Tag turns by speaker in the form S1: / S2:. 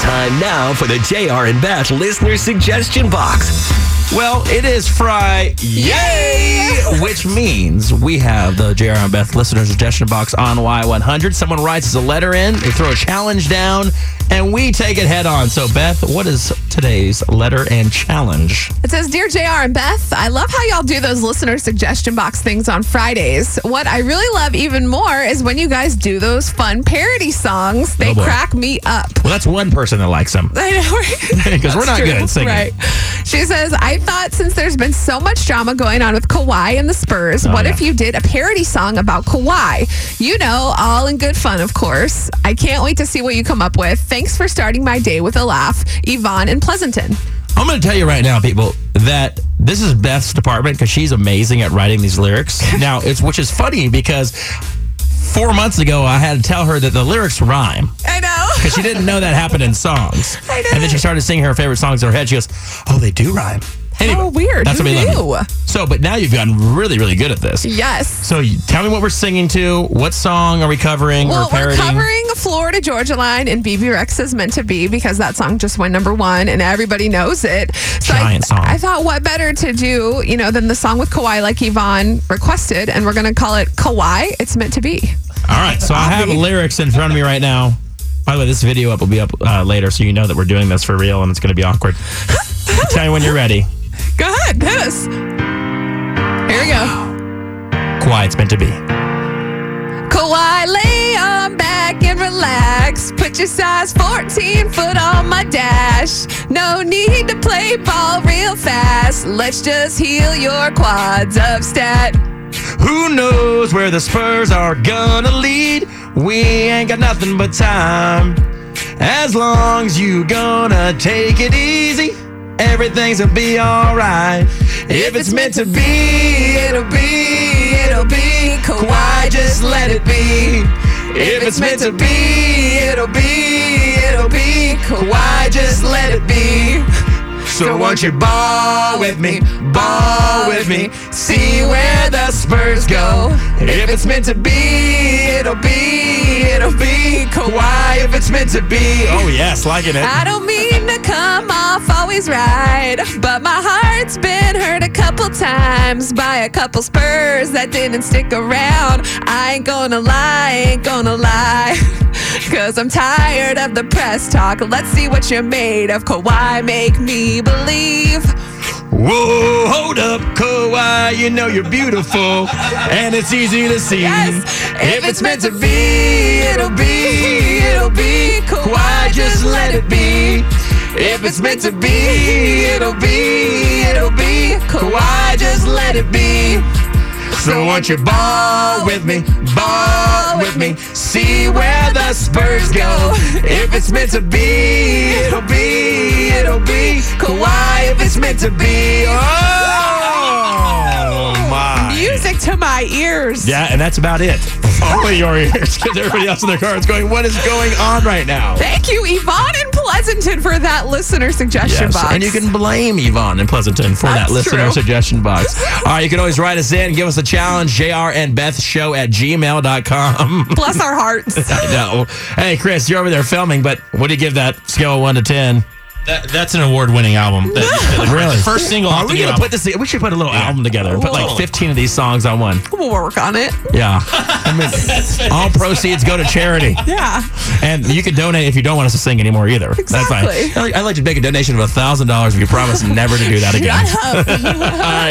S1: Time now for the JR and Beth listener suggestion box.
S2: Well, it is Fry. Yay! Which means we have the JR and Beth listener suggestion box on Y100. Someone writes us a letter in, they throw a challenge down, and we take it head on. So, Beth, what is today's letter and challenge?
S3: It says, Dear JR and Beth, I love how y'all do those listener suggestion box things on Fridays. What I really love even more is when you guys do those fun parody songs. They
S2: Oh, boy.
S3: crack me up.
S2: Well, that's one person that likes them.
S3: I know, right?
S2: 'Cause we're
S3: That's
S2: not good at singing.
S3: Right. She says, I thought since there's been so much drama going on with Kawhi and the Spurs, what
S2: Oh, yeah.
S3: if you did a parody song about Kawhi? You know, all in good fun, of course. I can't wait to see what you come up with. Thanks for starting my day with a laugh, Yvonne in Pleasanton.
S2: I'm going to tell you right now, people, that this is Beth's department because she's amazing at writing these lyrics. now, it's which is funny because four months ago I had to tell her that the lyrics rhyme.
S3: I know.
S2: because she didn't know that happened in songs.
S3: I know.
S2: And then she started singing her favorite songs in her head. She goes, "Oh, they do rhyme." Anyway,
S3: How weird.
S2: That's
S3: Who
S2: what we
S3: knew?
S2: love. So, but now you've gotten really, really good at this.
S3: Yes.
S2: So, you, tell me what we're singing to. What song are we covering
S3: Well,
S2: or
S3: we're
S2: parodying?
S3: covering Florida Georgia Line and BB Rex is meant to be because that song just went number one and everybody knows it. So
S2: Giant
S3: I,
S2: song.
S3: I thought, what better to do, you know, than the song with Kawhi like Yvonne requested, and we're going to call it Kawhi. It's meant to be.
S2: All right. So I have lyrics in front of me right now. By the way, this video up will be up uh, later, so you know that we're doing this for real, and it's going to be awkward. tell me when you're ready.
S3: Go ahead, hit us. Here we go.
S2: Quiet, it's meant to be.
S3: Kawhi, lay on back and relax. Put your size 14 foot on my dash. No need to play ball real fast. Let's just heal your quads of stat.
S2: Who knows where the Spurs are gonna lead? We ain't got nothing but time. As long as you gonna take it easy, everything's gonna be alright. If it's meant to be, it'll be, it'll be. Kawhi, just let it be. If it's meant to be, it'll be, it'll be. Kawhi, just let it be. So won't you ball with me, ball with me, see where the Spurs go. If it's meant to be, it'll be, it'll be Kawhi. If it's meant to be, oh yes, liking it.
S3: I don't mean to come off always right, but my heart's been hurt a couple times by a couple spurs that didn't stick around. I ain't gonna lie, ain't gonna lie. Cause I'm tired of the press talk. Let's see what you're made of. Kawhi, make me believe.
S2: Whoa, hold up, Kawhi, you know you're beautiful, and it's easy to see.
S3: Yes.
S2: If it's meant to be, it'll be, it'll be Kawhi, just let it be. If it's meant to be, it'll be, it'll be Kawhi, just let it be. So won't you ball with me, ball with me, see where the Spurs go. If it's meant to be, it'll be, it'll be Kawhi. If it's meant to be, oh my.
S3: Music Oh. to my ears.
S2: Yeah, and that's about it. Only your ears, because everybody else in their car is going, "What is going on right now?"
S3: Thank you, Yvonne and Pleasanton, for that listener suggestion box.
S2: and you can blame Yvonne in Pleasanton for that
S3: That's
S2: listener
S3: true.
S2: suggestion box. All right, you can always write us in and give us a challenge, jr and Beth show at gmail.com.
S3: bless our hearts.
S2: I know. Hey, Chris, you're over there filming, but what do you give that scale of 1 to 10?
S4: That, that's an award-winning album. That, that-
S2: Really?
S4: First single
S2: Are
S4: off the
S2: we
S4: new
S2: going to
S4: album.
S2: put this? We should put a little
S4: Yeah.
S2: album together and put like
S4: Whoa.
S2: 15 of these songs on one.
S3: we'll work on it.
S2: Yeah. I mean, all proceeds go to charity.
S3: Yeah.
S2: And you can donate if you don't want us to sing anymore either. That's
S3: Exactly.
S2: fine. I- I'd like to make a donation of $1,000 if you promise never to do that again.
S3: Shut up.
S2: All right.